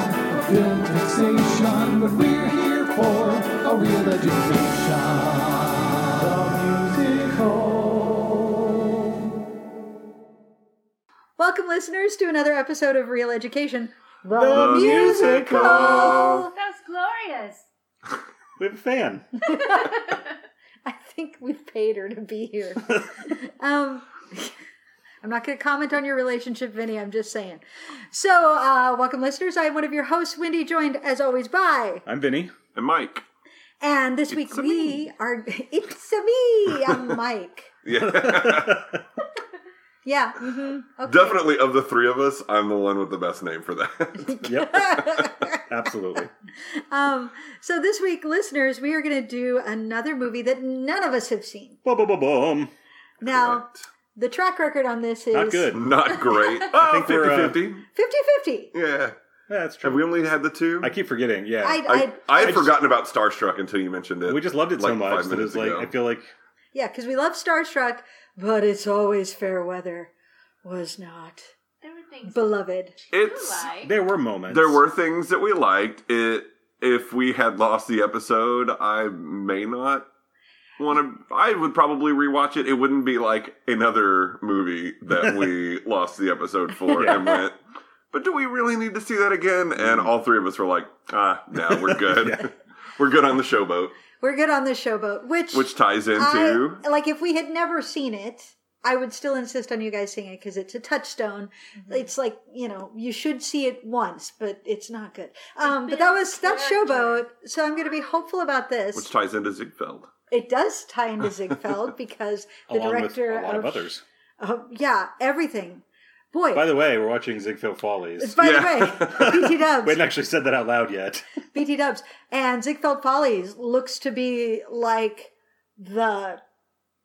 film fixation, but we're here for a real education. The Music Hole. Welcome, listeners, to another episode of Real Education. The, Musical. Musical. That was glorious. We have a fan. I think we've paid her to be here. um, I'm not going to comment on your relationship, Vinny. I'm just saying. So, uh, welcome, listeners. I am one of your hosts, Wendy, joined as always by. I'm Vinny. And Mike. And this week It's-a we me. are. It's a me. I'm Mike. Yeah. Yeah. hmm Okay. Definitely of the three of us, I'm the one with the best name for that. Yep, absolutely. um, so this week, listeners, we are going to do another movie that none of us have seen. Bum, bum, bum, bum. Now, the track record on this is Not good. Not great. think Oh, we're, uh, 50 50. 50-50. Yeah. That's true. Have we only had the two? I keep forgetting. Yeah, I, I, I, I had I just- forgotten about Starstruck until you mentioned it. we just loved it so like much five that it was like minutes I ago. feel like yeah, because we love Starstruck, but it's always fair weather. Was not There were things beloved. you it's liked. there were moments. there were things that we liked. It if we had lost the episode, I may not want to. I would probably rewatch it. It wouldn't be like another movie that we lost the episode for Yeah. and went. But do we really need to see that again? And Mm. all three of us were like, ah, no, we're good. Yeah. we're good on the showboat, We're good on this showboat, which which ties into. I, like if we had never seen it, I would still insist on you guys seeing it because it's a touchstone. It's like you know you should see it once, but it's not good. Um, but that was that's Character. showboat. So I'm going to be hopeful about this. which ties into Ziegfeld. it does tie into Ziegfeld because the along with director a lot of, of others. of- Um, yeah, everything. Boy, By the way, we're watching Ziegfeld Follies. by Yeah. the way, BT we Dubs, hadn't actually said that out loud yet. BT Dubs, and Ziegfeld Follies looks to be like the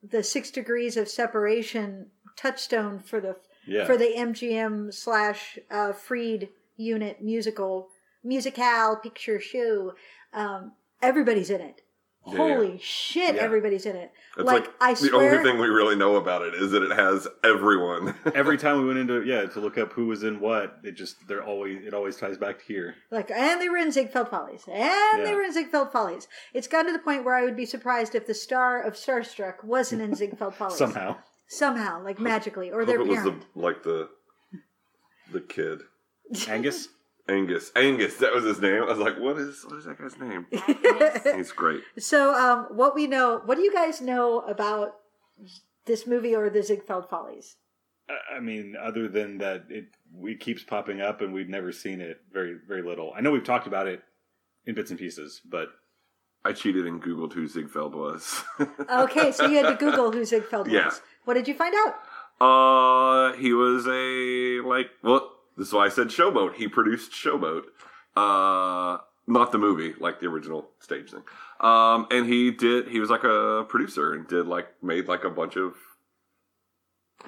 the six degrees of separation touchstone for the Yeah, for the MGM slash uh, Freed unit musical musical picture show. Um, everybody's in it. Yeah. Holy shit! Yeah. Everybody's in it. It's like, like, I the swear, only thing we really know about it is that it has everyone. every time we went into yeah to look up who was in what, it just they're always it always ties back to here. like, and they were in Ziegfeld Follies, and they Yeah. were in Ziegfeld Follies. It's gotten to the point where I would be surprised if the star of Starstruck wasn't in Ziegfeld Follies Somehow, somehow, like magically, or Hope their it was parent. the like the the kid Angus. Angus. Angus, that was his name. I was like, what is what is that guy's name? He's great. So, um, what we know, what do you guys know about this movie or the Ziegfeld Follies? I- I mean, other than that, it it keeps popping up, and we've never seen it. Very very little. I know we've talked about it in bits and pieces, but I cheated and Googled who Ziegfeld was. Okay, so you had to Google who Ziegfeld Yeah. was. What did you find out? uh he was a like well, this is why I said Showboat. He produced Showboat. Uh not the movie, like the original stage thing. Um and he did he was like a producer and did like made like a bunch of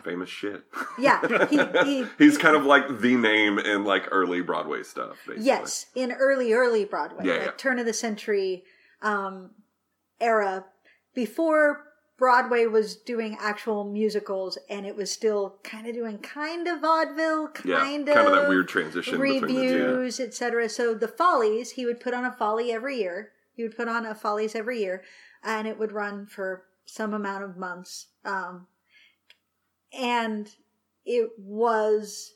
famous shit. Yeah, he, he, He's kind of like the name in like early Broadway stuff, basically. yes in early early Broadway, Yeah, like yeah. turn of the century um, era, before Broadway was doing actual musicals, and it was still kind of doing kind of vaudeville, Yeah, kind of kind of that weird transition between the two. reviews, etc. So the Follies, he would put on a Folly every year. He would put on a Follies every year, and it would run for some amount of months. Um, and it was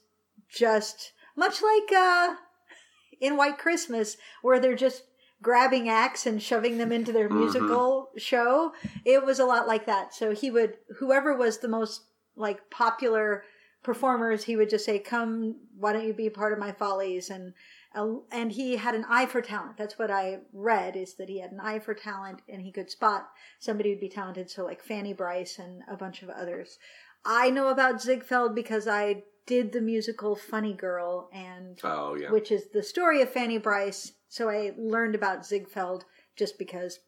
just much like uh, in White Christmas, where they're just grabbing acts and shoving them into their Mhm. musical show. It was a lot like that. So he would, whoever was the most like popular performers, he would just say, "Come, why don't you be part of my follies?" and and he had an eye for talent. That's what I read is that he had an eye for talent and he could spot somebody who'd be talented. So like Fanny Bryce and a bunch of others. I know about Ziegfeld because I did the musical Funny Girl and Oh yeah. which is the story of Fanny Bryce. So I learned about Ziegfeld just because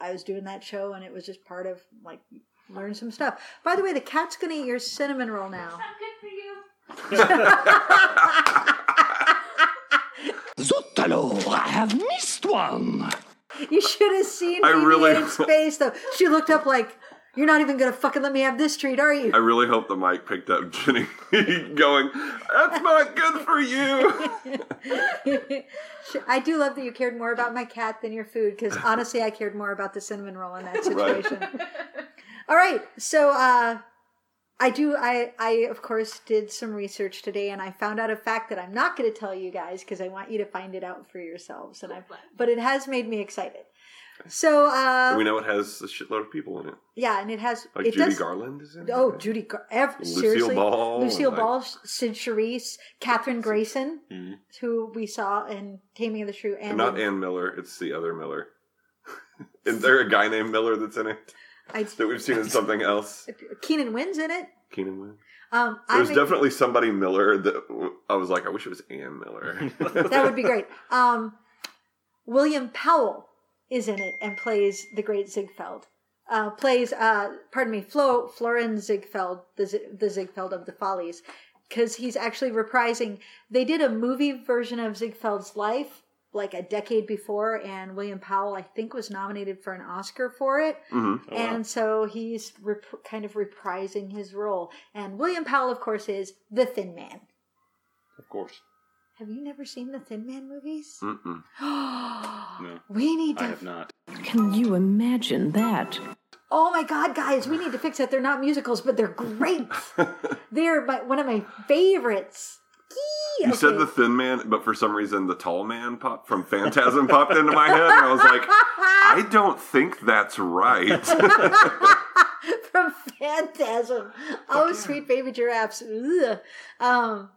I was doing that show and it was just part of like learn some stuff. By the way, the cat's gonna eat your cinnamon roll now. Not good for you. Zutalo, I have missed one. You should have seen I BB really- in space though. She looked up like You're not even gonna fucking let me have this treat, are you? I really hope the mic picked up Jenny going, that's not good for you. I do love that you cared more about my cat than your food because honestly, I cared more about the cinnamon roll in that Right. situation. All right, so uh, I do. I I of course did some research today, and I found out a fact that I'm not going to tell you guys because I want you to find it out for yourselves. And I, but it has made me excited. So uh, we know it has a shitload of people in it. yeah, and it has Like it Judy does- Garland is in it. Oh, right? Judy Gar- ev- Lucille seriously, Ball, Lucille like- Mm-hmm. Ball, Sid Charisse, Catherine Grayson, Mhm. who we saw in Taming of the Shrew, and Not Ann Miller, it's the other Miller. is there a guy named Miller that's in it I, that we've seen in something else? Keenan Wynne's in it. Keenan Wynn? Um, There was I'm- definitely somebody Miller that w- I was like, I wish it was Ann Miller. that would be great. Um, William Powell is in it and plays the great Ziegfeld. Uh, plays, uh, pardon me, Flo Florin Ziegfeld, the, Z- the Ziegfeld of the Follies, because he's actually reprising. They did a movie version of Ziegfeld's life like a decade before, and William Powell, I think, was nominated for an Oscar for it. hmm Oh, wow. And so he's rep- kind of reprising his role. And William Powell, of course, is the Thin Man. Of course. Have you never seen the Thin Man movies? Mm-mm. No. We need I to. have not. Can you imagine that? Oh my God, guys, we need to fix it. They're not musicals, but they're great. they're my, one of my favorites. Yee! You said Okay. the thin man, but for some reason the tall man popped from Phantasm popped into my head, and I was like, I don't think that's right. from Phantasm. Oh, sweet baby giraffes. Ugh. Um,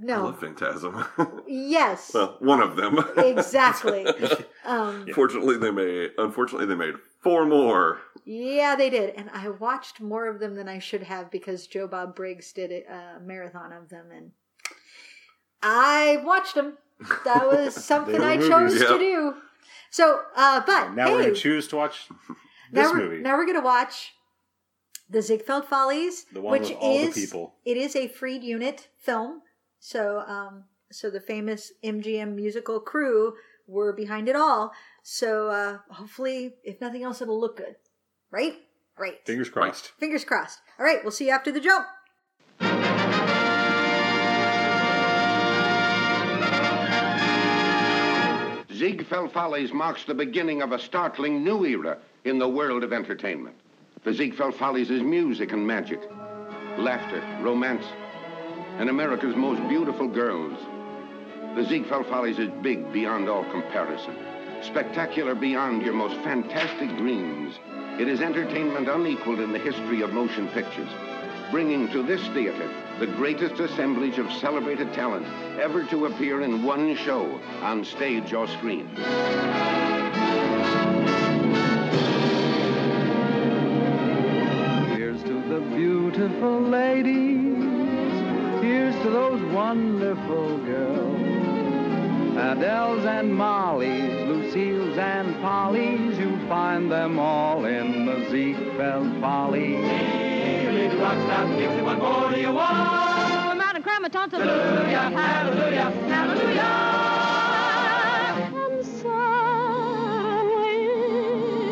I no. love Phantasm. Yes. well, one of them. exactly. um, Fortunately, they made. Unfortunately, they made four more. yeah, they did, and I watched more of them than I should have because Joe Bob Briggs did a, a marathon of them, and I watched them. That was something were I movies. chose to Yeah. do. So, uh, but Now hey, we're going to choose to watch now this we're movie. now we're gonna watch the Ziegfeld Follies, The one which with all the is people. it is a freed unit film. So, um, so the famous MGM musical crew were behind it all. So, uh, hopefully, if nothing else, it'll look good, right? Right. Fingers crossed. Fingers crossed. All right, we'll see you after the jump. Ziegfeld Follies marks the beginning of a startling new era in the world of entertainment. For Ziegfeld Follies is music and magic, laughter, romance, and America's most beautiful girls. The Ziegfeld Follies is big beyond all comparison, spectacular beyond your most fantastic dreams. It is entertainment unequaled in the history of motion pictures, bringing to this theater the greatest assemblage of celebrated talent ever to appear in one show on stage or screen. Here's to the beautiful ladies. Here's to those wonderful girls. Adele's and Molly's, Lucille's and Polly's. You'll find them all in the Ziegfeld Follies. You little rock star, Dixie, what more do you want? Come out and cry my tonsil. Hallelujah, hallelujah, hallelujah. And somewhere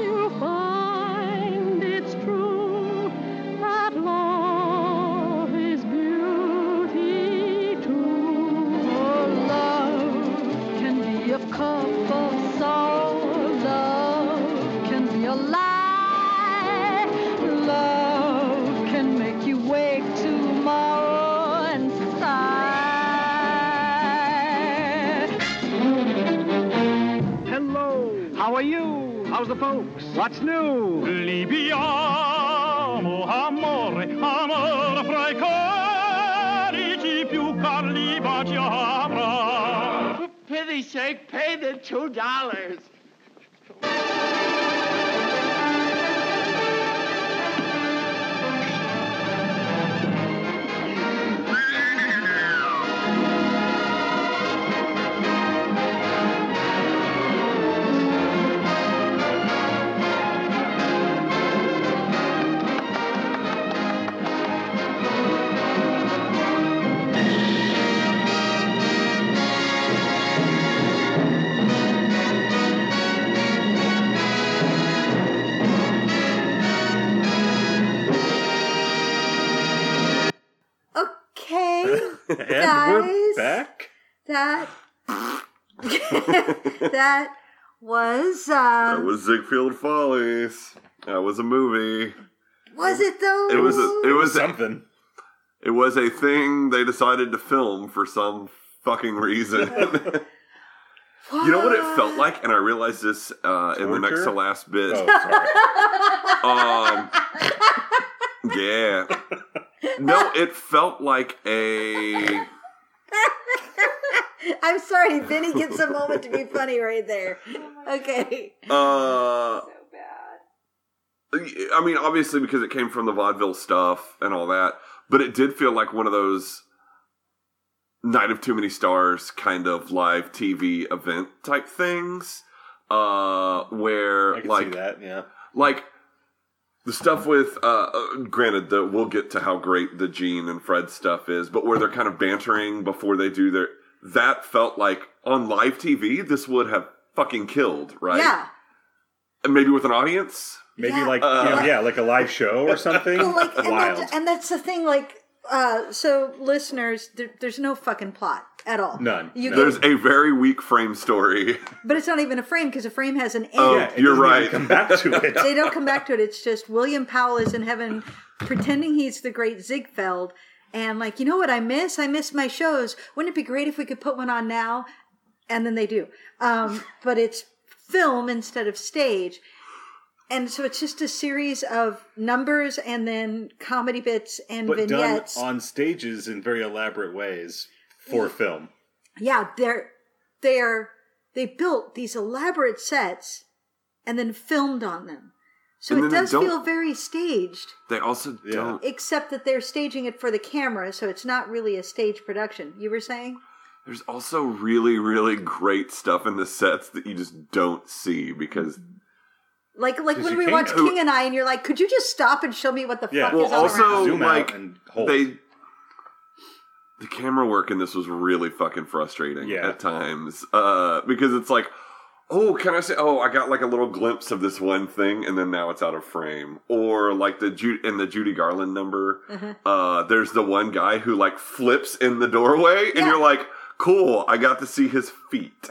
you'll find it's true that love is beauty too. Oh, love can be a cup of sorrow. Love can be a lie. Love can make you wake tomorrow and sigh. Hello, how are you? How's the folks? What's new? Libiamo, amore, amore fra i cori, chi più carli baci avrà. Pithy shake, pay the two dollars. And we're Guys. back. That that was uh, That was Ziegfeld Follies. That was a movie. was it though? It was a, it was a, something. it was a thing they decided to film for some fucking reason. you know what it felt like, and I realized this uh, in the next to Torture? last bit. Oh, sorry. Um, yeah. No, it felt like a. I'm sorry, Vinny gets a moment to be funny right there. Okay. Uh, So bad. I mean, obviously because it came from the vaudeville stuff and all that, but it did feel like one of those Night of Too Many Stars kind of live TV event type things, uh, where I can like see that. Yeah. like the stuff with uh, uh granted that we'll get to how great the gene and fred stuff is but where they're kind of bantering before they do their that felt like on live tv this would have fucking killed right Yeah. and maybe with an audience Maybe Yeah. like Uh, yeah, yeah, like a live show or something. Well, like, and, Wild. that, and that's the thing. Like, uh, so listeners, there, there's no fucking plot at all. None. You No. get- there's a very weak frame story but it's not even a frame because a frame has an end. Oh, Yeah, it you're doesn't even right. Come back to it. They don't come back to it. It's just William Powell is in heaven pretending he's the great Ziegfeld. And like, you know what I miss? I miss my shows. Wouldn't it be great if we could put one on now? And then they do. Um, but it's film instead of stage. And so it's just a series of numbers and then comedy bits and but done vignettes. on stages in very elaborate ways for film. yeah, they're they're they built these elaborate sets and then filmed on them. So And it then they does don't- feel very staged. they also Yeah. don't except that they're staging it for the camera, so it's not really a stage production. You were saying? there's also really really great stuff in the sets that you just don't see because Like like Is when it we King- watch who- King and I and you're like, could you just stop and show me what the Yeah. fuck Well, is all also- around? So, Zoom like, out and hold. they the camera work in this was really fucking frustrating Yeah. at times uh, because it's like oh can i say oh i got like a little glimpse of this one thing and then now it's out of frame or like the Ju- in the judy garland number uh, there's the one guy who like flips in the doorway and Yeah. you're like cool i got to see his feet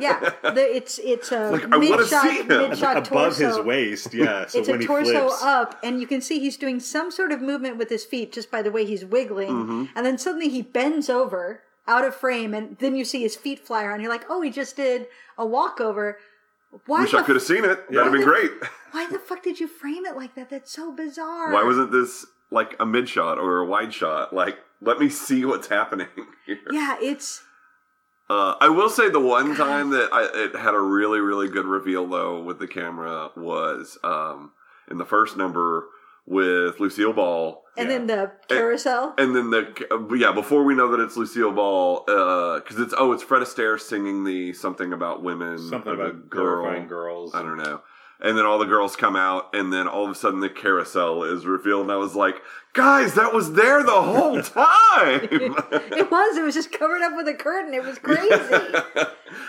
Yeah. The, it's it's a Like, I wanna mid shot see him. mid shot above torso. his waist. Yeah. So it's when a he torso flips, up, and you can see he's doing some sort of movement with his feet just by the way he's wiggling. Mm-hmm. And then suddenly he bends over out of frame, and then you see his feet fly around. You're like, oh, he just did a walkover. Why wish i the could have seen it that'd have been great Why the fuck did you frame it like that? That's so bizarre. why wasn't this like a mid shot or a wide shot like let me see what's happening here. Yeah, it's Uh, I will say the one time that I, it had a really, really good reveal though with the camera was um, in the first number with Lucille Ball, and then the carousel. and then the uh, yeah before we know that it's Lucille Ball because it's oh it's Fred Astaire singing the something about women, something of a about glorifying girls. I don't know. And then all the girls come out, and then all of a sudden the carousel is revealed, and I was like, "Guys, that was there the whole time." it was. It was just covered up with a curtain. It was crazy.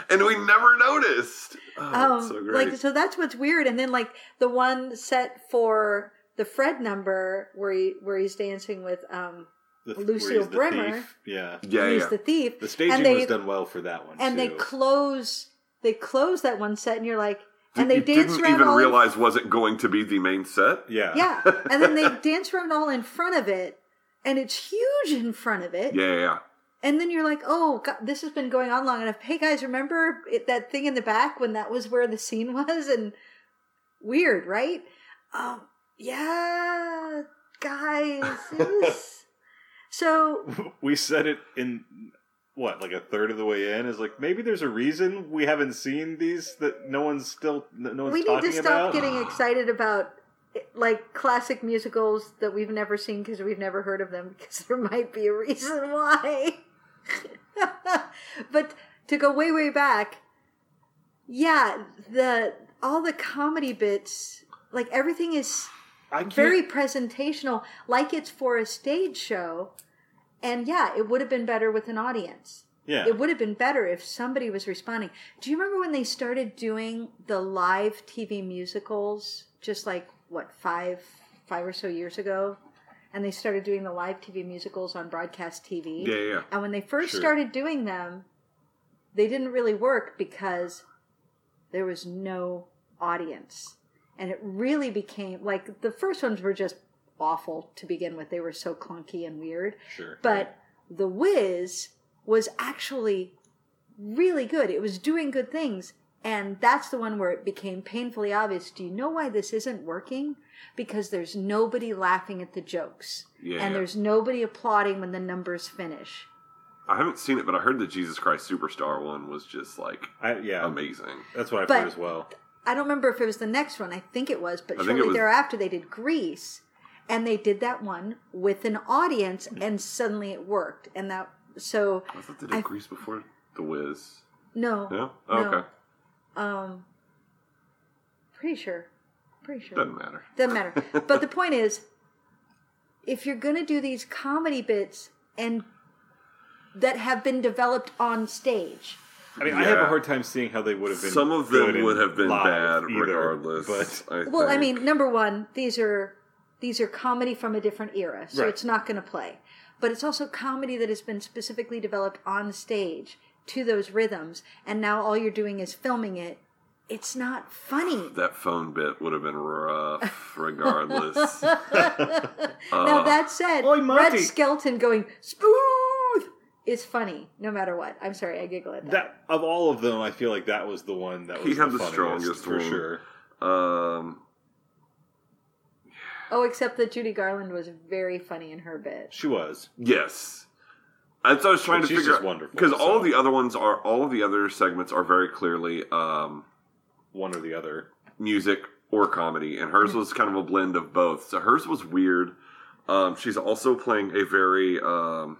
and we never noticed. Oh, um, it's Oh, so great. like so that's what's weird. And then like the one set for the Fred number where he where he's dancing with um The th- Lucille where he's the Bremer. thief. Yeah. yeah, he's yeah. the thief. The staging and they, was done well for that one. And they too. close they close that one set, and you're like, and they you dance didn't around even all in- realize was it going to be the main set. yeah. yeah, and then they dance around all in front of it, and it's huge in front of it. Yeah, yeah, yeah. And then you're like, oh, God, this has been going on long enough. Hey, guys, remember it, that thing in the back when that was where the scene was? And weird, right? Um, yeah, guys. it was- so, we said it in what like a third of the way in is like maybe there's a reason we haven't seen these that no one's still that no one's we need talking to stop about. getting excited about like classic musicals that we've never seen because we've never heard of them because there might be a reason why. but to go way way back, yeah, the all the comedy bits, like everything is I can't- very presentational, like it's for a stage show. And yeah, it would have been better with an audience. yeah. It would have been better if somebody was responding. Do you remember when they started doing the live TV musicals just like what 5 5 or so years ago? and they started doing the live TV musicals on broadcast TV. Yeah, yeah, yeah. And when they first Sure. started doing them, they didn't really work because there was no audience. And it really became like the first ones were just awful to begin with. They were so clunky and weird. Sure. But The Wiz was actually really good. It was doing good things. And that's the one where it became painfully obvious. Do you know why this isn't working? Because there's nobody laughing at the jokes. Yeah. And there's nobody applauding when the numbers finish. I haven't seen it, but I heard the Jesus Christ Superstar one was just like I, yeah, amazing. that's what I've But- heard as well. I don't remember if it was the next one. I think it was, but I think it shortly was- thereafter they did Grease, and they did that one with an audience, and suddenly it worked. And that so I thought they did I- Grease before The Wiz. no, No? Oh, No. Okay. um, pretty sure, pretty sure. Doesn't matter. Doesn't matter. but the point is, if you're going to do these comedy bits and that have been developed on stage, I mean, I have a Yeah. hard time seeing how they would have been. Some of good them and would have been live bad either, regardless. But Well, I think. mean, number one, these are these are comedy from a different era, so Right. it's not going to play. But it's also comedy that has been specifically developed on stage to those rhythms, and now all you're doing is filming it. It's not funny. that phone bit would have been rough regardless. uh, now that said, Oi, Red Monty. Skelton going spooth is funny no matter what. I'm sorry, I giggle at that. that of all of them, I feel like that was the one that He was had the funniest, strongest for one. sure. um, oh, except that Judy Garland was very funny in her bit. She was. yes. That's what I was trying But to she's figure just out wonderful, because all so- of the other ones are all of the other segments are very clearly um, One or the other. music or comedy, and hers was kind of a blend of both. So hers was weird. Um, she's also playing a very um,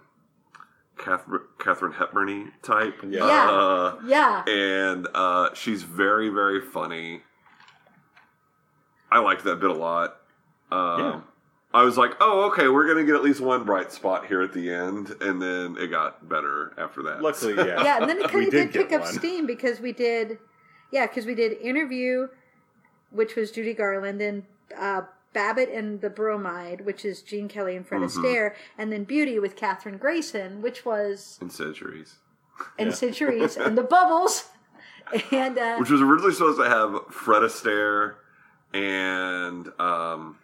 Catherine, Catherine Hepburn type. Yeah. Yeah. Uh, Yeah, and uh, she's very very funny. I liked that bit a lot. Um, Yeah. I was like, oh okay, we're gonna get at least one bright spot here at the end, and then it got better after that. Luckily, yeah. yeah, and then it We kind of did did, get pick up one. steam because we did, yeah, because we did interview, which was Judy Garland and uh, Babbitt and the Bromide, which is Gene Kelly and Fred Mm-hmm. Astaire, and then Beauty with Katherine Grayson, which was in centuries, and Centuries and the Bubbles, and uh, which was originally supposed to have Fred Astaire and um,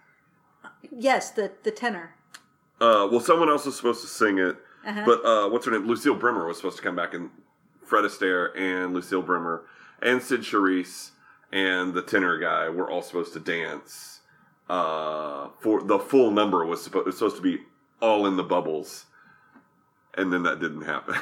yes, the the tenor. uh, well, someone else was supposed to sing it, Uh-huh. but uh, what's her name? Lucille Brimmer was supposed to come back, and Fred Astaire and Lucille Brimmer and Sid Charisse and the tenor guy were all supposed to dance. Uh, for the full number was supposed was supposed to be all in the bubbles, and then that didn't happen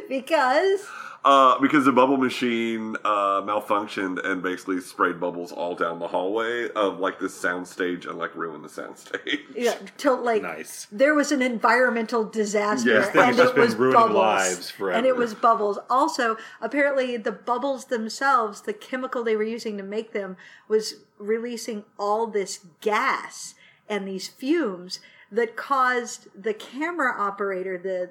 because uh, because the bubble machine uh, malfunctioned and basically sprayed bubbles all down the hallway of like this soundstage and like ruined the soundstage. yeah, till like Nice. there was an environmental disaster Yes, they've and just it been was ruining bubbles lives forever. and it was bubbles also apparently the bubbles themselves the chemical they were using to make them was releasing all this gas and these fumes that caused the camera operator the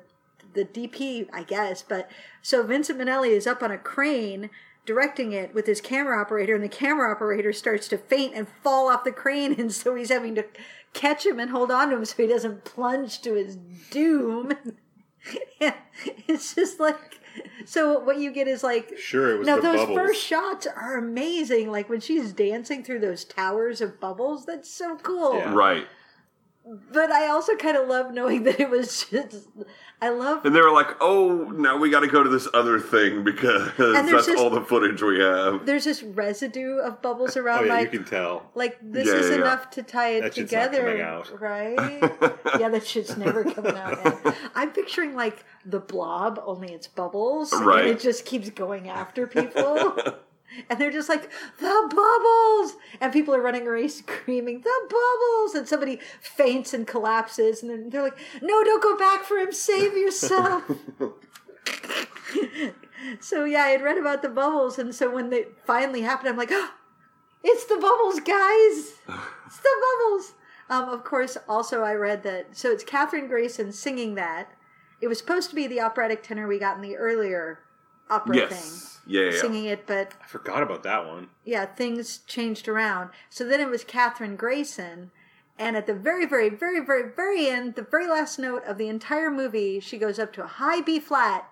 the DP, I guess. But so Vincent Minnelli is up on a crane directing it with his camera operator, and the camera operator starts to faint and fall off the crane, and so he's having to catch him and hold on to him so he doesn't plunge to his doom. it's just like so what you get is like Sure, it was now the those bubbles. first shots are amazing like when she's dancing through those towers of bubbles that's so cool Yeah. Right. but i also kind of love knowing that it was just i love And they were like, "Oh, now we got to go to this other thing because there's that's just- all the footage we have." there's this residue of bubbles Oh around yeah, like you can tell. like this Yeah, is yeah, yeah. enough to tie it That shit's not together coming out. right yeah that shit's never coming out man. i'm picturing like the blob only it's bubbles Right. and it just keeps going after people and they're just like the bubbles and people are running around screaming the bubbles and somebody faints and collapses and then they're like no don't go back for him save yourself so yeah i had read about the bubbles and so when they finally happened i'm like It's the bubbles, guys. It's the bubbles. Um, of course, also I read that. So it's Katherine Grayson singing that. It was supposed to be the operatic tenor we got in the earlier opera Yes. Yeah. yeah, thing, yeah. singing it, but I forgot about that one. yeah, things changed around. So then it was Katherine Grayson, And at the very, very, very, very, very end, the very last note of the entire movie, she goes up to a high B flat,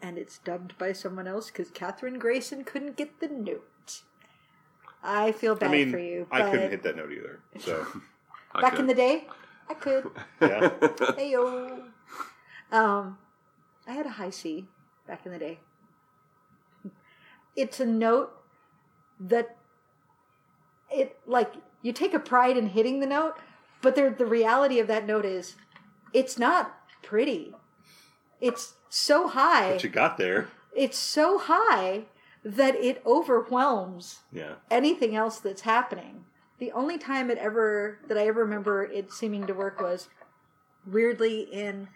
and it's dubbed by someone else because Catherine Grayson couldn't get the note. I feel bad I mean, for you. I but couldn't hit that note either. So I Back in could. the day, I could. yeah, Heyo. Um, I had a high C back in the day. It's a note that it like you take a pride in hitting the note, but there, the reality of that note is it's not pretty. It's so high. but you got there. It's so high that it overwhelms Yeah, anything else that's happening. The only time it ever that I ever remember it seeming to work was weirdly in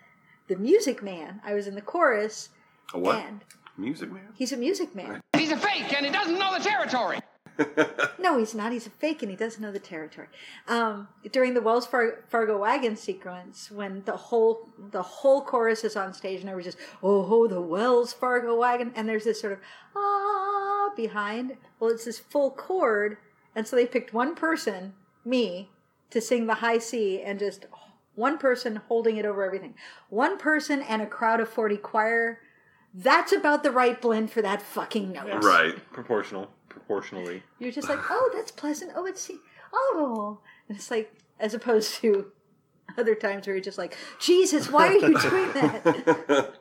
The Music Man. I was in the chorus A what? and Music man. he's a music man. He's a fake and he doesn't know the territory. No, he's not. He's a fake and he doesn't know the territory. Um, during the Wells Far- Fargo wagon sequence, when the whole the whole chorus is on stage and everyone's just oh, oh the Wells Fargo wagon, and there's this sort of ah behind. Well, it's this full chord, and so they picked one person, me, to sing the high C, and just one person holding it over everything, one person and a crowd of forty choir. That's about the right blend for that fucking note. Right. proportional, proportionally. You're just like, oh, that's pleasant. Oh, it's oh, and it's like as opposed to other times where you're just like, Jesus, why are you doing that?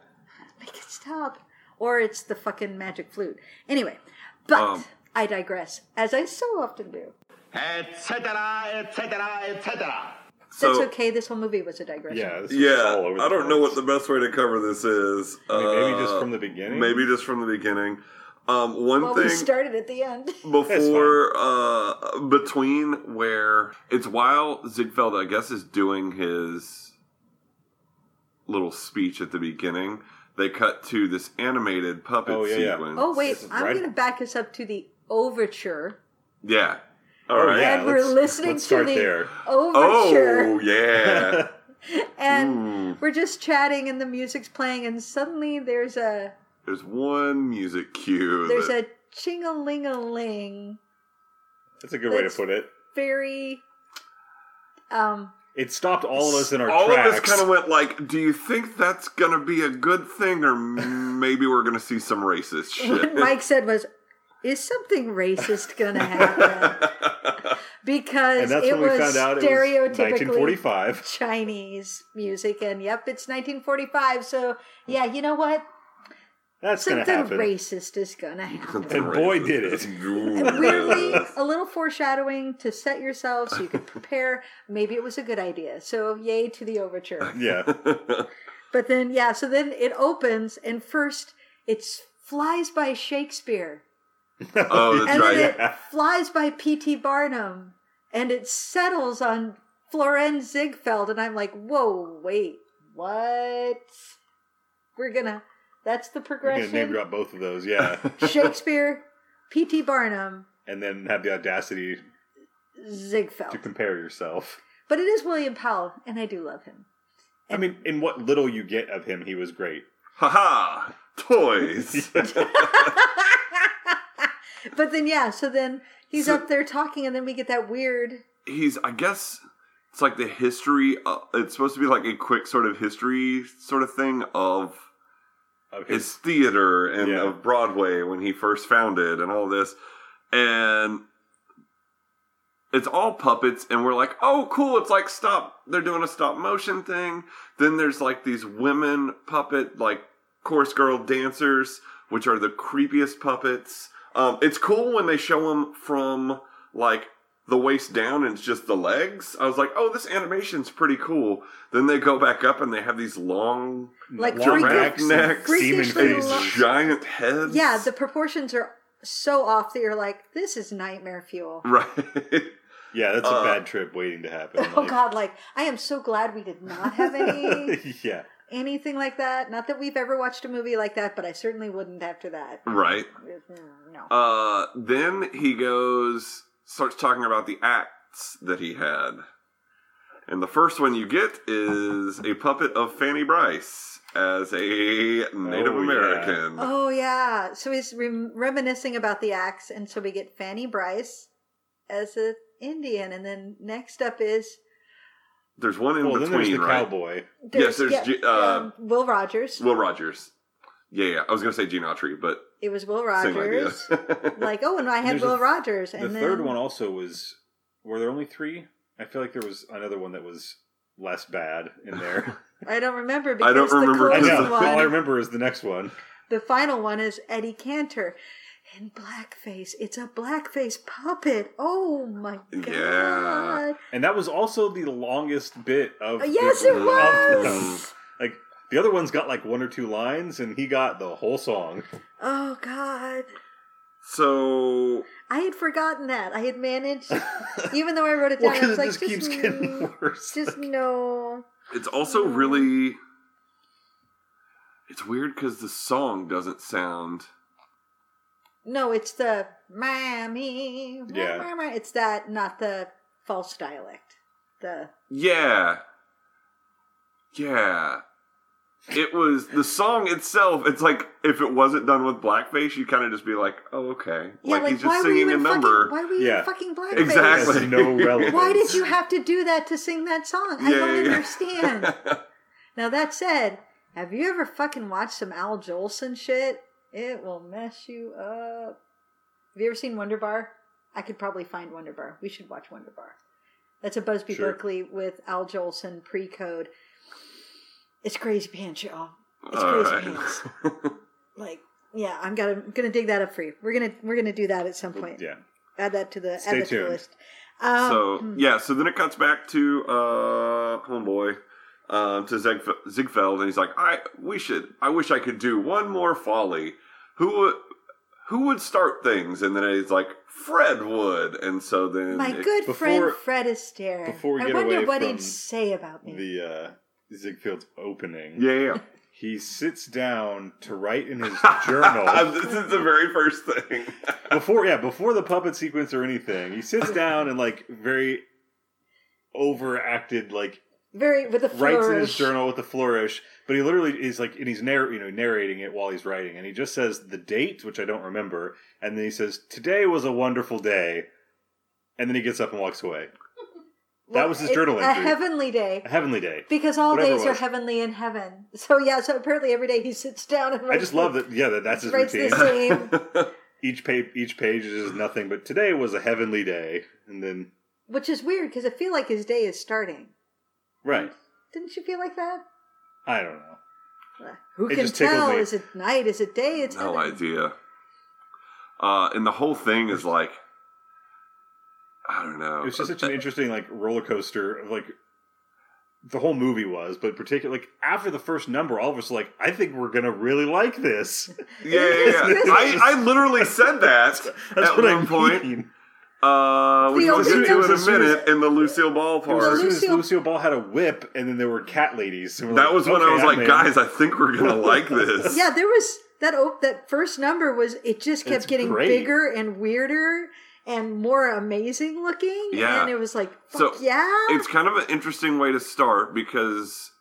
Make it stop. Or it's the fucking magic flute. Anyway, but Um. I digress, as I so often do. So That's okay. This whole movie was a digression. Yeah, this is yeah, all over the I don't know place. what the best way to cover this is. I mean, maybe just Uh, from the beginning. Maybe just from the beginning. Um, one Well, thing we started at the end. before uh between where it's while Ziegfeld I guess is doing his little speech at the beginning, they cut to this animated puppet Oh, yeah, yeah. sequence. Oh wait, This is I'm right- going to back us up to the overture, Yeah. All Oh, right. yeah, and we're let's- listening let's to start the there. overture. Oh hmm. yeah. and we're just chatting and the music's playing and suddenly there's a There's one music cue. there's that- a ching-a-ling-a-ling That's a good way to That's- put it. very um It stopped all of us in our all tracks. of us kind of went like, "Do you think that's gonna be a good thing, or maybe we're gonna see some racist what shit?" mike said was is something racist gonna happen because and that's it when we was found out it was stereotypically 1945. chinese music and yep it's 1945 so yeah you know what That's going to something happen. racist is gonna happen And boy, did it. And weirdly, a little foreshadowing to set yourself so you could prepare. Maybe it was a good idea. So, yay to the overture. Yeah. But then, yeah, so then it opens, and first it flies by Shakespeare, oh, that's and right. then it flies by P.T. Barnum, and it settles on Florenz Ziegfeld. And I'm like, whoa, wait, what? We're gonna, that's the We're going to name progression. drop both of those. Yeah. Shakespeare, P.T. Barnum, and then have the audacity Ziegfeld. to compare yourself. But it is William Powell, and I do love him. I mean, in what little you get of him, he was great. Haha! Toys. But then, yeah, so then he's So- up there talking, and then we get that weird. He's, I guess, it's like the history. Uh, it's supposed to be like a quick sort of history sort of thing of Of his- his theater and Yeah. of Broadway when he first founded and all this. And it's all puppets, and we're like, oh, cool. It's like stop. They're doing a stop motion thing. Then there's like these women puppet, like chorus girl dancers, which are the creepiest puppets. Um, it's cool when they show them from like the waist down and it's just the legs. I was like, oh, this animation's pretty cool. Then they go back up and they have these long Like long freaky- necks and freakishly demon long- these faces. giant heads. Yeah, the proportions are so off that you're like, this is nightmare fuel. right. Yeah, that's Uh, a bad trip waiting to happen. Oh like- God! Like I am so glad we did not have any yeah. anything like that. Not that we've ever watched a movie like that, but I certainly wouldn't after that. Mm, right. No. Uh, then he goes starts talking about the acts that he had, and the first one you get is a puppet of Fanny Bryce as a Native Oh, yeah. American. Oh yeah. So he's rem- reminiscing about the axe, and so we get Fanny Bryce as a Indian, and then next up is There's one in Well, then there's between, the right? cowboy. Yes, there's Ju- uh, um, Will Rogers. Will Rogers. Yeah, yeah. I was gonna say Gene Autry, but it was Will same idea. Rogers. like oh, and I had There's Will a- Rogers, and the then third one also was. Were there only three? I feel like there was another one that was less bad in there. I don't remember because I don't remember I the This is know. closest the All I one, remember is the next one. the final one is Eddie Cantor. In blackface, it's a blackface puppet. Oh my god! Yeah. And that was also the longest bit of. Uh, yes, it of was. them. Like, the other one's got like one or two lines, and he got the whole song. Oh god, so I had forgotten that. I had managed, even though I wrote it down. Well, I was like, because it just, just keeps mm, getting worse. Just no. it's also really it's weird because the song doesn't sound No, it's the Miami. Yeah. It's that, not the false dialect. The Yeah. Yeah. It was the song itself. It's like if it wasn't done with blackface, you'd kind of just be like, "Oh, okay." yeah, like, he's why just were you singing a in number. Fucking, why were you Yeah. in fucking blackface? Exactly. It has no relevance. Why did you have to do that to sing that song? I Yeah, don't yeah, yeah. understand. now that said, have you ever fucking watched some Al Jolson shit? It will mess you up. Have you ever seen Wonder Bar? I could probably find Wonder Bar. We should watch Wonder Bar. That's a Busby Sure. Berkeley with Al Jolson pre-code. It's crazy pants, y'all. It's All crazy right. pants. Like, yeah, I'm gonna I'm gonna dig that up for you. We're gonna we're gonna do that at some point. Yeah. Add that to the Stay add that to the tuned. list. Um, so yeah, so then it cuts back to uh, homeboy um, to Zeg- Ziegfeld, and he's like, "I we should. I wish I could do one more folly. Who would who would start things?" And then he's like, "Fred would." And so then My it- good friend before- Fred Astaire. before we I get wonder away what from he'd say about me. The uh, Ziegfeld's opening. yeah, yeah. He sits down to write in his Uh, journal. this is the very first thing. before yeah before the puppet sequence or anything he sits down and like very overacted like Very with a flourish. writes in his journal with a flourish but he literally is like and he's narr- you know narrating it while he's writing and he just says the date which i don't remember and then he says today was a wonderful day and then he gets up and walks away that was his It- journal A entry heavenly day. a heavenly day Because all Whatever days it are was. heavenly in heaven. So yeah, so apparently every day he sits down and i just love that yeah that, that's his writes routine the same each page each page is nothing but today was a heavenly day and then which is weird because I feel like his day is starting. right Didn't you feel like that? i don't know Who It can just tickled tell? me. Is it night? Is it day? It's no heaven. idea. Uh, and the whole thing is like, I don't know. It was just such an interesting like roller coaster of like the whole movie was, but particularly like after the first number, all of us were like, I think we're gonna really like this. yeah, yeah, yeah. I, I literally said that That's at what one I point. mean. Uh, which The we'll opening get to in numbers a are minute in the Lucille Ball As soon part. as Lucille- Lucille Ball had a whip, and then there were cat ladies. and we're That like, was when "Okay, I was I'm like, in." guys, I think we're gonna like this. Yeah, there was that. Op- that first number was it just kept It's getting great. bigger and weirder and more amazing looking. Yeah. and it was like, So, fuck yeah, It's kind of an interesting way to start because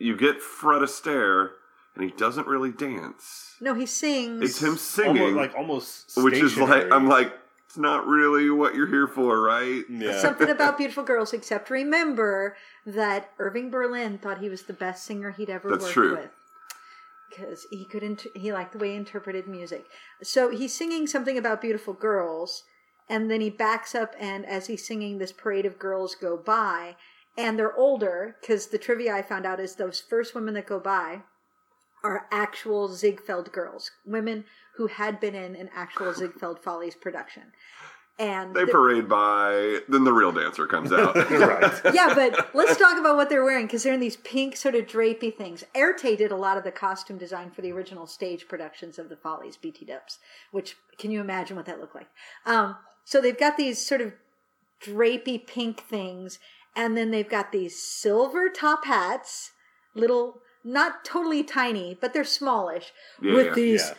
you get Fred Astaire and he doesn't really dance. no, he sings. It's him singing. almost, like almost, which is like stationary. I'm like it's not really what you're here for, right? yeah, Something about beautiful girls, except remember that Irving Berlin thought he was the best singer he'd ever That's worked true. with because he could int- he liked the way he interpreted music. So he's singing something about beautiful girls, and then he backs up, and as he's singing, this parade of girls go by, and they're older because the trivia I found out is those first women that go by are actual Ziegfeld girls, women who had been in an actual Ziegfeld Follies production. And They the- parade by, then the real dancer comes out. yeah, but let's talk about what they're wearing because they're in these pink, sort of drapey things. Erte did a lot of the costume design for the original stage productions of the Follies, BT Dubs, which can you imagine what that looked like? Um, so they've got these sort of drapey pink things, and then they've got these silver top hats, little, not totally tiny, but they're smallish, Yeah, with yeah, these yeah.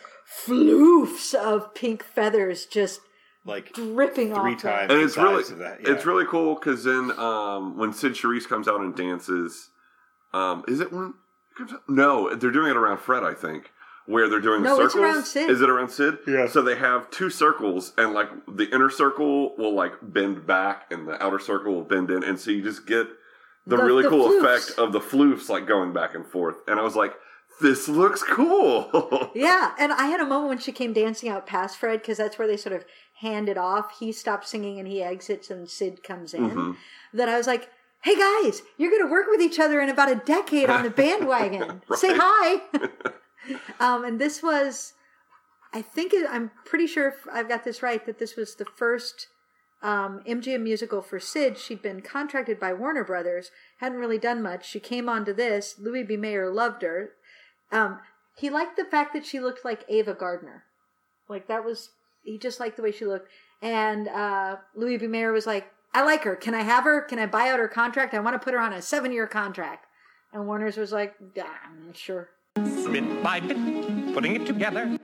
floofs of pink feathers just like dripping off. three them. times. and the it's size really of that. it's yeah. really cool because then um, when Sid Charisse comes out and dances, um, is it when? Comes out? No, they're doing it around Fred, I think. where they're doing No, circles. it's around Sid. Is it around Sid? Yeah. So they have two circles, and like the inner circle will like bend back, and the outer circle will bend in, and so you just get the, The- really the cool floofs. effect of the floofs like going back and forth. And I was like, this looks cool. Yeah, and I had a moment when she came dancing out past Fred because that's where they sort of hand it off. He stops singing and he exits, and Sid comes in. That I was like, "Hey guys, you're going to work with each other in about a decade on the bandwagon. Say hi." um, and this was, I think it, I'm pretty sure if I've got this right that this was the first um, MGM musical for Sid. She'd been contracted by Warner Brothers, hadn't really done much. She came onto this. Louis B. Mayer loved her. Um, he liked the fact that she looked like Ava Gardner. Like that was he just liked the way she looked. And uh, Louis B. Mayer was like, "I like her. Can I have her? Can I buy out her contract? I want to put her on a seven-year contract." And Warner's was like, "Damn, sure." Bit by bit, putting it together.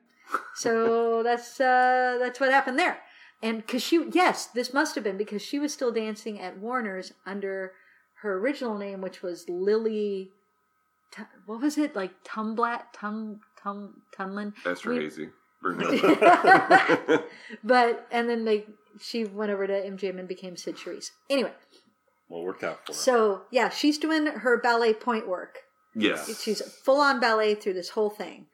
So that's uh, that's what happened there. And because she, yes, this must have been because she was still dancing at Warner's under her original name, which was Lily. Tu- What was it like? Tumblat, Tum, Tum, Tunlin. Esther We- Hazy. Bruno. but and then they she went over to MGM and became Sid Charisse. Anyway, Well, it worked out for her. so yeah, she's doing her ballet point work. yes. She's full on ballet through this whole thing.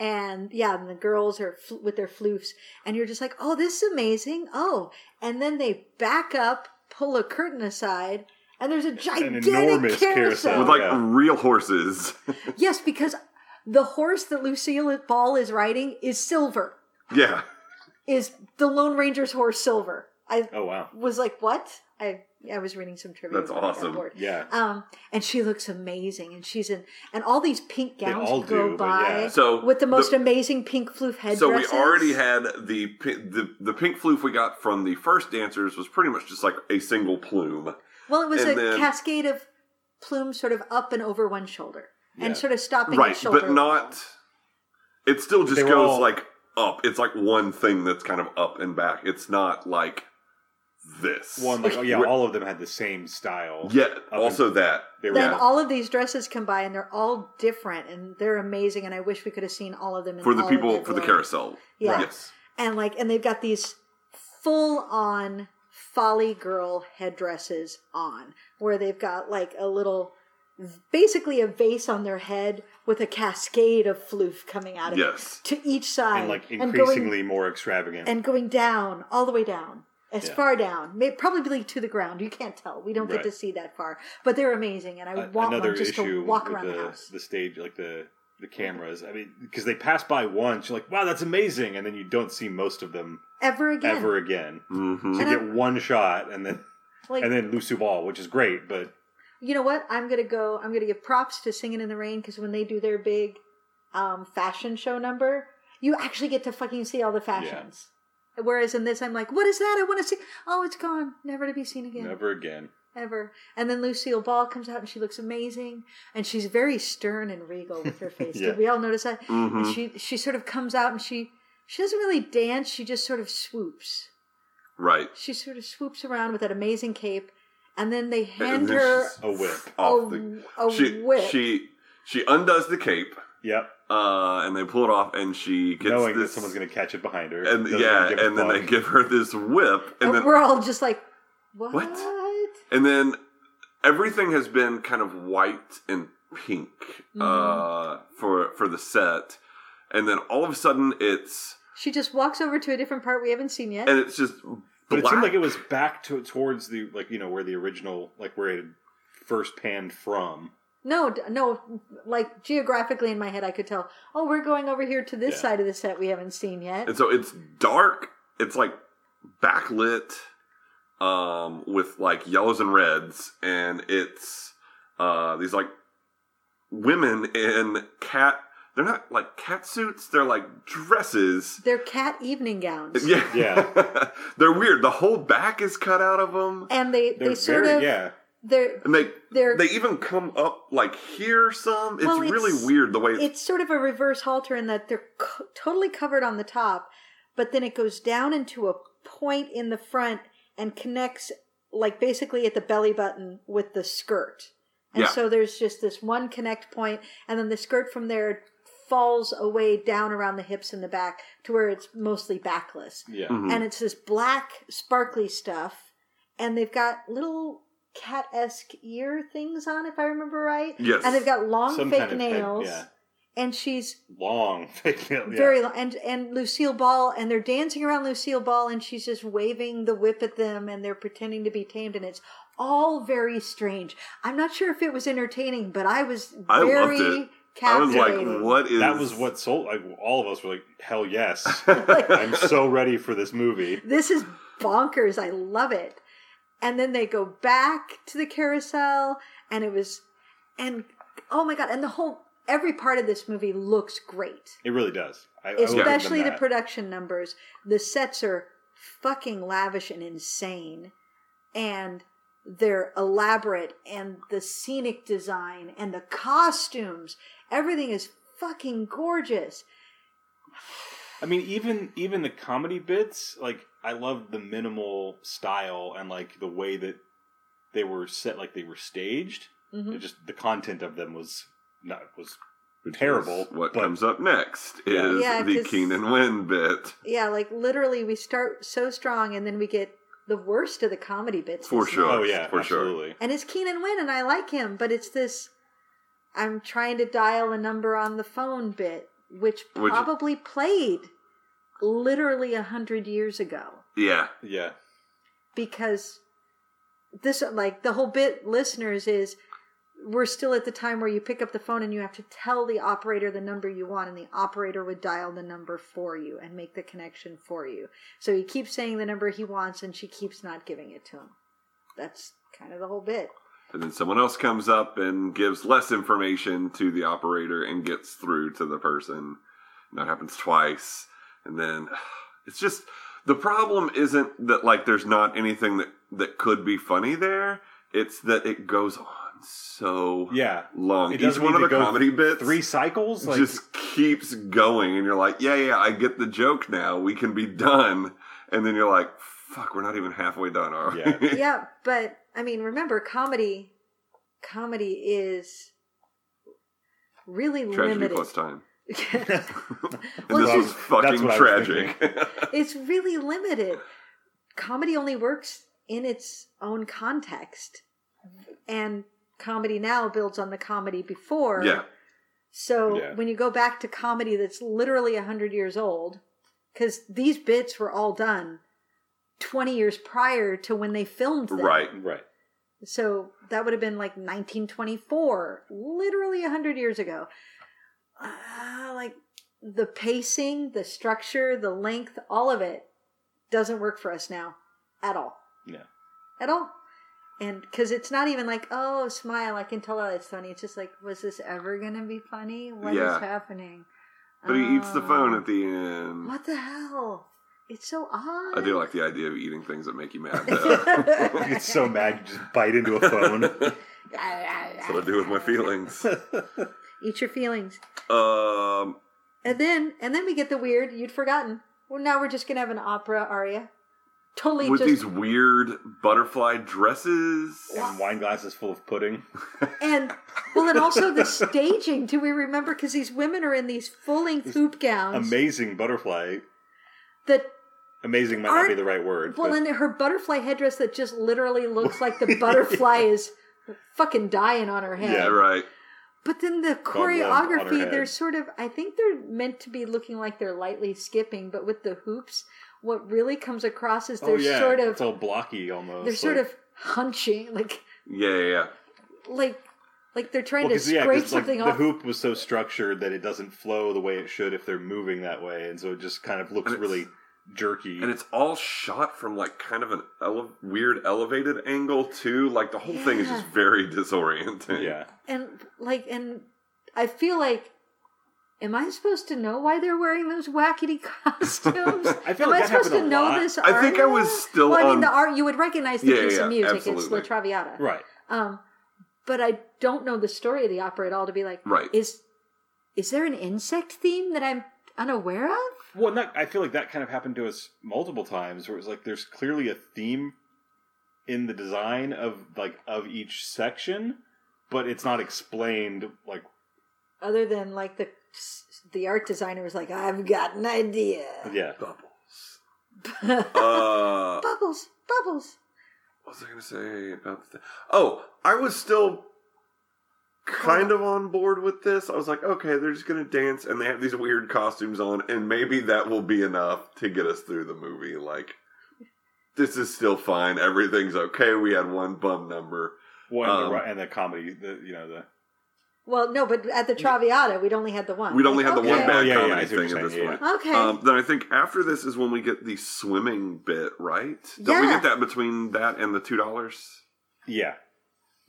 And yeah, and the girls are fl- with their floofs, and you're just like, oh, this is amazing. Oh, and then they back up, pull a curtain aside, and there's a gigantic enormous carousel. carousel. With like Yeah. real horses. yes, because the horse that Lucille Ball is riding is silver, yeah. is the Lone Ranger's horse silver. I oh wow. was like, what? I I was reading some trivia. That's about that awesome. board. Yeah. Um, and she looks amazing, and she's in, and all these pink gowns all go do, but by. yeah. So with the most the- amazing pink floof headdresses. So we already had the, pi- the the pink floof we got from the first dancers was pretty much just like a single plume. Well, it was and a then- cascade of plumes, sort of up and over one shoulder, Yeah. and sort of stopping at right shoulder. but not it still just They were goes all- like up it's like one thing that's kind of up and back it's not like this One like oh yeah, We're- all of them had the same style. yeah and- also that They were Then Yeah. all of these dresses come by, and they're all different, and they're amazing. And I wish we could have seen all of them in for the all of people their for the glory. carousel Yeah. yes and like and they've got these full on folly girl headdresses on where they've got like a little basically a vase on their head with a cascade of floof coming out of Yes. it to each side and like and increasingly going, more extravagant. and going down all the way down as Yeah. far down may, probably to the ground you can't tell we don't get to Right. see that far but they're amazing and i A- want another one just issue to walk with around the, the, house the stage, like the the cameras. I mean, because they pass by once, you're like, wow, that's amazing, and then you don't see most of them ever again ever again. hmm So you And I- get one shot, and then like, and then Lucy Ball, which is great, but you know what? I'm gonna go. I'm gonna give props to Singing in the Rain because when they do their big um, fashion show number, you actually get to fucking see all the fashions. Whereas in this, I'm like, what is that? I want to see. Oh, it's gone, never to be seen again, never again. ever. And then Lucille Ball comes out and she looks amazing, and she's very stern and regal with her face. Yeah. Did we all notice that? And she she sort of comes out and she she doesn't really dance. She just sort of swoops. right She sort of swoops around with that amazing cape, and then they hand And then her she's A whip. off a- the, a she, whip. she she undoes the cape Yep, uh and they pull it off and she gets knowing this that someone's going to catch it behind her, and doesn't yeah give a and then they fuck. give her this whip and And then we're all just like, what? What? And then everything has been kind of white and pink Mm-hmm. uh, for for the set, and then all of a sudden it's She just walks over to a different part we haven't seen yet. and it's just But it black. seemed like it was back to towards the like you know where the original like where it had first panned from. no, d- no, like geographically in my head, I could tell, oh, we're going over here to this Yeah. side of the set we haven't seen yet. and so it's dark. It's like backlit um, with like yellows and reds, and it's uh, these like women in cat. They're not like cat suits. They're like dresses. They're cat evening gowns. Yeah, Yeah. they're weird. The whole back is cut out of them, And they, They're they sort very of, yeah. they're, and they They're- they even come up like here some. It's Well, it's- really weird the way it's sort of a reverse halter in that they're co- totally covered on the top, but then it goes down into a point in the front and connects, like basically at the belly button with the skirt. And Yeah. so there's just this one connect point, and then the skirt from there falls away down around the hips and the back to where it's mostly backless. Yeah. Mm-hmm. Mm. And it's this black, sparkly stuff. And they've got little cat esque ear things on, if I remember right. Yes. And they've got long Some fake kind of head- nails. yeah. And she's Long fake nail. Yeah. very long. And, and Lucille Ball, and they're dancing around Lucille Ball, and she's just waving the whip at them, and they're pretending to be tamed, and it's all very strange. I'm not sure if it was entertaining, but I was I loved very it. I was captivated. like, what is that was what sold. Like, all of us were like, "Hell yes! I'm so ready for this movie." this is bonkers. I love it. And then they go back to the carousel, and it was, and oh my god, and the whole every part of this movie looks great, It really does. I, I will give them especially the that. production numbers. The sets are fucking lavish and insane, and they're elaborate, and the scenic design and the costumes, everything is fucking gorgeous. I mean, even even the comedy bits, like I love the minimal style and like the way that they were set, like they were staged. Mm-hmm. It just the content of them was not was terrible. What but comes up next is Yeah, the 'cause- Keenan Wynn bit. Yeah, like literally, we start so strong, and then we get the worst of the comedy bits. For this sure. month. oh yeah, For sure. absolutely. And it's Keenan Wynn, and I like him, but it's this I'm trying to dial a number on the phone bit, which Would you- probably played literally a hundred years ago Yeah. Yeah, because this like the whole bit listeners is we're still at the time where you pick up the phone and you have to tell the operator the number you want and the operator would dial the number for you and make the connection for you so he keeps saying the number he wants and she keeps not giving it to him that's kind of the whole bit And then someone else comes up and gives less information to the operator and gets through to the person. And that happens twice. And then it's just the problem isn't that like there's not anything that that could be funny there. It's that it goes on so yeah. long. It Each doesn't one of need the to go comedy bits Three cycles. Like, just keeps going, and you're like, yeah, yeah, I get the joke now. We can be done. And then you're like, fuck, we're not even halfway done, are we? Yeah. yeah, but I mean, remember, comedy, comedy is really Tragedy limited. plus time. Well, and it's this was just- that's fucking what I was tragic. it's really limited. Comedy only works in its own context, and comedy now builds on the comedy before. yeah. So Yeah. when you go back to comedy that's literally 100 years old, because these bits were all done 20 years prior to when they filmed them. Right. right. So that would have been like 1924, literally 100 years ago. Ah, like the pacing, the structure, the length, all of it doesn't work for us now at all. Yeah. At all. And because it's not even like, oh, smile, I can tell that it's funny. It's just like, was this ever going to be funny? What is Yeah. happening? But he eats the phone Um, at the end. What the hell? It's so odd. I do like the idea of eating things that make you mad, though. It's so mad you just bite into a phone. That's what I do with my feelings. Eat your feelings. Um, And then and then we get the weird you'd forgotten. Well, now we're just gonna have an opera aria. Totally with just these weird butterfly dresses. and wine glasses full of pudding. and well, and also the staging. Do we remember? Because these women are in these full length hoop gowns. Amazing butterfly. That Amazing might not Aren't- be the right word. well, but- and her butterfly headdress that just literally looks like the butterfly is fucking dying on her head. Yeah, right. But then the lump on her choreography, they're head. sort of, I think they're meant to be looking like they're lightly skipping, but with the hoops, what really comes across is they're oh yeah, sort it's of, all blocky almost. they're sort like- of hunching, like, Yeah, yeah, yeah. like like they're trying Well, to 'cause, yeah, scrape 'cause, like, something the off. hoop was so structured that it doesn't flow the way it should if they're moving that way, and so it just kind of looks And it's- really jerky. And it's all shot from like kind of an ele- weird elevated angle too. Like the whole thing is just very disorienting. yeah, and like and I feel like am I supposed to know why they're wearing those wackety costumes? I feel am like I supposed that to happened a know lot. this art? I think I was still Well, I mean on- the art you would recognize the Yeah, piece yeah, of music. It's absolutely. La Traviata. right. Um but I don't know the story of the opera at all to be like Right. is is there an insect theme that I'm unaware of? Well, and that, I feel like that kind of happened to us multiple times, where it's like there's clearly a theme in the design of like of each section, but it's not explained. Like Other than like the s- the art designer was like, I've got an idea. Yeah. Uh, Bubbles, bubbles. what was I going to say about the? Oh, I was still kind of on board with this. I was like, okay, they're just going to dance, and they have these weird costumes on, and maybe that will be enough to get us through the movie. Like, this is still fine. Everything's okay. We had one bum number. Well, and, the, Um, and the comedy, the, you know, the Well, no, but at the Traviata, we'd only had the one. We'd only Like, had the one Uh, okay. Oh, bad yeah, yeah, I comedy see what thing you're at this saying, point. Okay. Um, then I think after this is when we get the swimming bit, right? Don't we Yeah. get that between that and the two dollars? yeah,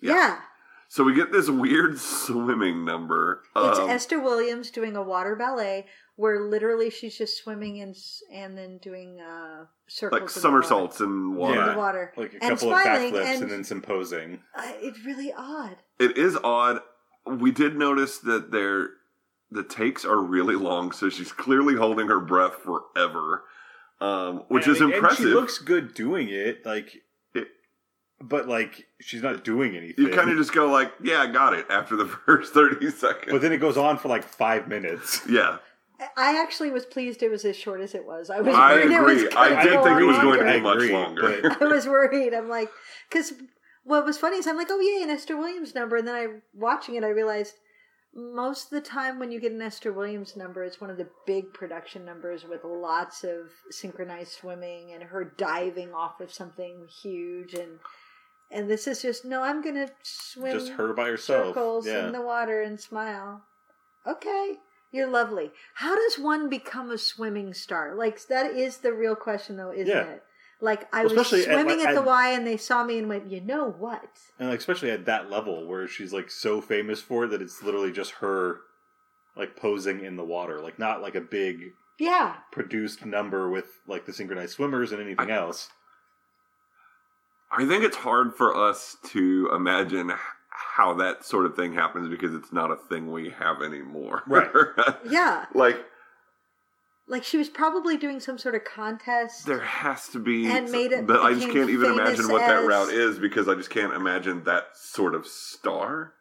yeah. So we get this weird swimming number. It's um, Esther Williams doing a water ballet where literally she's just swimming and s- and then doing uh, circles. like in the somersaults and water. water. In Yeah. the water. like a and couple of smiling, backflips and, and, then some posing. uh, it's really odd. It is odd. We did notice that their the takes are really long, so she's clearly holding her breath forever, um, which And- is and impressive. she looks good doing it, like, It- but like she's not doing anything. you kind of just go like, "Yeah, I got it." After the first thirty seconds, But then it goes on for like five minutes. yeah, I- I actually was pleased it was as short as it was. I was I worried it was agree. I gonna did go think on it was going to longer. be I much agree, longer. but- I was worried. I'm like, because what was funny is I'm like, oh yay, an Esther Williams number, and then I watching it, I realized most of the time when you get an Esther Williams number, it's one of the big production numbers with lots of synchronized swimming and her diving off of something huge, and and this is just no, I'm gonna swim just her by herself. circles Yeah. in the water and smile. Okay. You're lovely. How does one become a swimming star? Like that is the real question though, isn't Yeah. it? Like I Well, was especially at, swimming like, at, the at- Y and they saw me and went, "You know what?" and like, especially at that level where she's like so famous for it that it's literally just her like posing in the water, like not like a big Yeah. produced number with like the synchronized swimmers and anything else. I think it's hard for us to imagine h- how that sort of thing happens because it's not a thing we have anymore. Right. Yeah. like Like she was probably doing some sort of contest. there has to be And made it- but I just became can't even famous imagine what that as- route is because I just can't imagine that sort of star.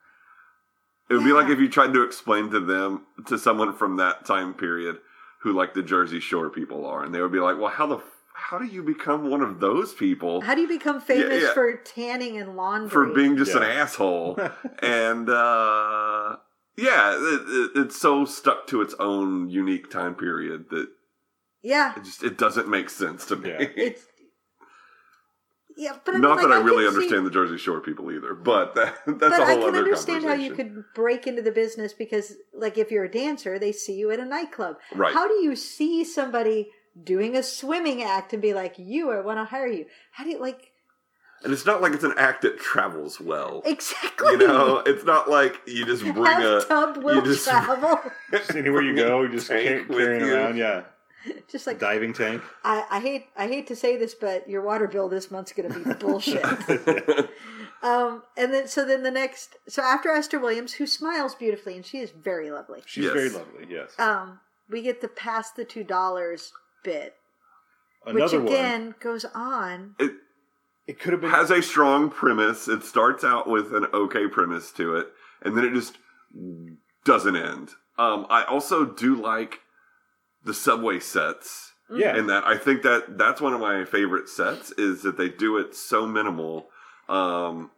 It would be like Yeah. if you tried to explain to them to someone from that time period who like the Jersey Shore people are and they would be like, "Well, how the f- how do you become one of those people?" How do you become famous yeah. for tanning and laundry? for being just an Yeah. asshole. and uh, yeah, it, it, it's so stuck to its own unique time period that Yeah. it just it doesn't make sense to me. Yeah. It's Yeah, but I mean, Not like, that I, really can see- understand the Jersey Shore people either, but that, that's but a I whole can other understand how you conversation. could break into the business because, like, if you're a dancer, they see you at a nightclub. Right. How do you see somebody doing a swimming act and be like, "You, I want to hire you"? How do you like and it's not like it's an act that travels well. exactly? You know, it's not like you just bring Have a tub will you just- travel. Just anywhere you go, you just Tank ca- with carrying you. around. Yeah, Just like diving tank. I, I hate, I hate to say this, but your water bill this month's going to be bullshit. um, and then so then the next, so after Esther Williams, who smiles beautifully and she is very lovely. She's Yes. very lovely. Yes, Um, we get the pass the two dollars bit. another which one. again goes on. it It could have been has a strong premise. It starts out with an okay premise to it, and then it just doesn't end. Um, I also do like the subway sets, yeah. and that I think that that's one of my favorite sets is that they do it so minimal, um,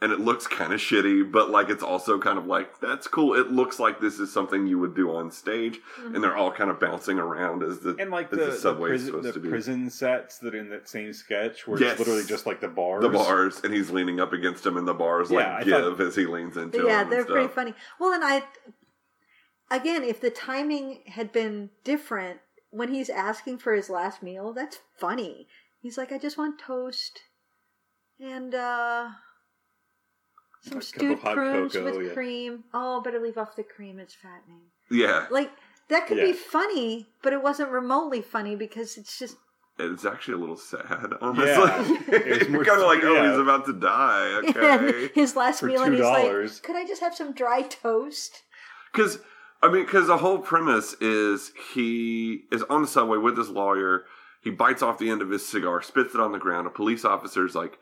and it looks kind of shitty, but like it's also kind of like that's cool. It looks like this is something you would do on stage, and they're all kind of bouncing around as the and like as the, the, subway is prison, supposed the to be. prison sets that are in that same sketch where Yes. it's literally just like the bars. the bars and he's leaning up against him and the bars Yeah, like I give thought- as he leans into yeah, him they're and stuff. pretty funny. Well, and I, again, if the timing had been different when he's asking for his last meal, that's funny. He's like, I just want toast and uh, A cup some of stewed hot prunes cocoa, with yeah. cream. Oh, better leave off the cream; it's fattening. yeah Like that could be Yeah. funny, but it wasn't remotely funny because it's just it's actually a little sad honestly It was more- kind of like oh yeah. he's about to die and okay his last For meal, and he's $2. like, "Could I just have some dry toast?" because i mean because the whole premise is he is on the subway with his lawyer he bites off the end of his cigar spits it on the ground a police officer's like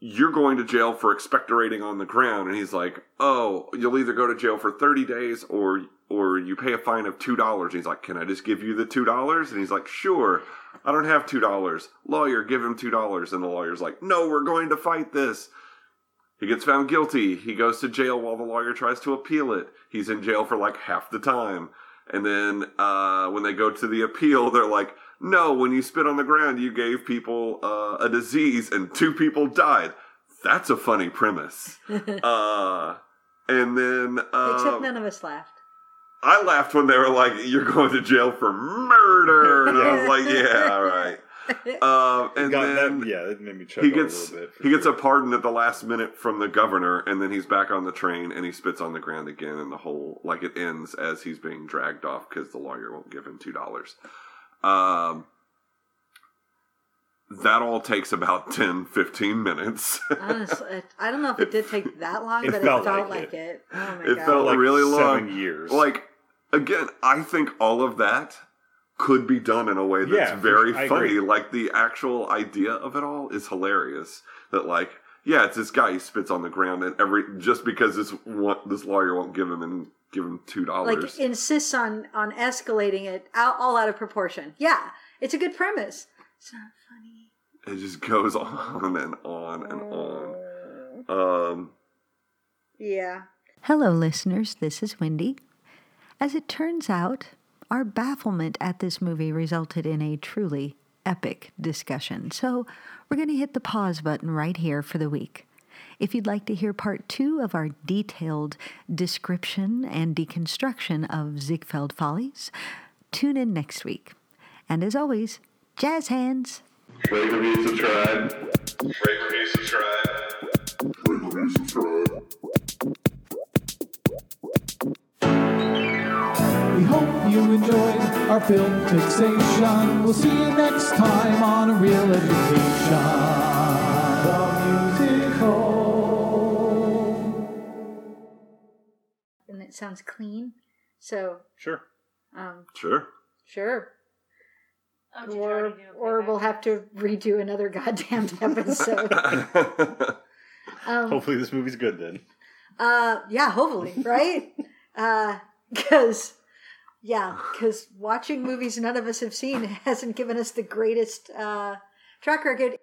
you're going to jail for expectorating on the ground. And he's like, oh, you'll either go to jail for 30 days or or you pay a fine of $2. And he's like, can I just give you the $2? And he's like, sure. I don't have $2. Lawyer, give him $2. And the lawyer's like, no, we're going to fight this. He gets found guilty. He goes to jail while the lawyer tries to appeal it. He's in jail for like half the time. And then uh, when they go to the appeal, they're like, no, when you spit on the ground, you gave people uh, a disease and two people died. That's a funny premise. uh, and then. Except Uh, none of us laughed. I laughed when they were like, "You're going to jail for murder," and I was like, "Yeah, all right." Um, and Got then that, yeah, it made me check he out gets a little bit. for he gets a sure. pardon at the last minute from the governor, and then he's back on the train and he spits on the ground again, and the whole like it ends as he's being dragged off because the lawyer won't give him two dollars. Um, that all takes about 10, 15 minutes. Honestly, I don't know if it did take that long, it but it felt felt like, like it. it. Oh my It god! felt like really seven long. years. like again, I think all of that could be done in a way that's Yeah, for very sure. I funny. agree. Like the actual idea of it all is hilarious. That like, yeah, it's this guy he spits on the ground, and every just because this one, this lawyer won't give him and give him two dollars. like insists on on escalating it out, all out of proportion. Yeah, it's a good premise. It's not funny. it just goes on and on and on. Um, Yeah. Hello, listeners. This is Wendy. As it turns out, our bafflement at this movie resulted in a truly epic discussion. So, we're going to hit the pause button right here for the week. If you'd like to hear part two of our detailed description and deconstruction of Ziegfeld Follies, tune in next week. And as always, jazz hands. Rate, review, subscribe. Rate, review, subscribe. Rate, review, subscribe. We hope you enjoyed our film fixation. We'll see you next time on A Real Education. The musical. And it sounds clean. So, sure. um, Sure. sure. Oh, did you Or, already do a or we'll playback? have to redo another goddamn episode. um, Hopefully, this movie's good then. uh, yeah, hopefully, right? Because, yeah, because watching movies none of us have seen hasn't given us the greatest uh, track record.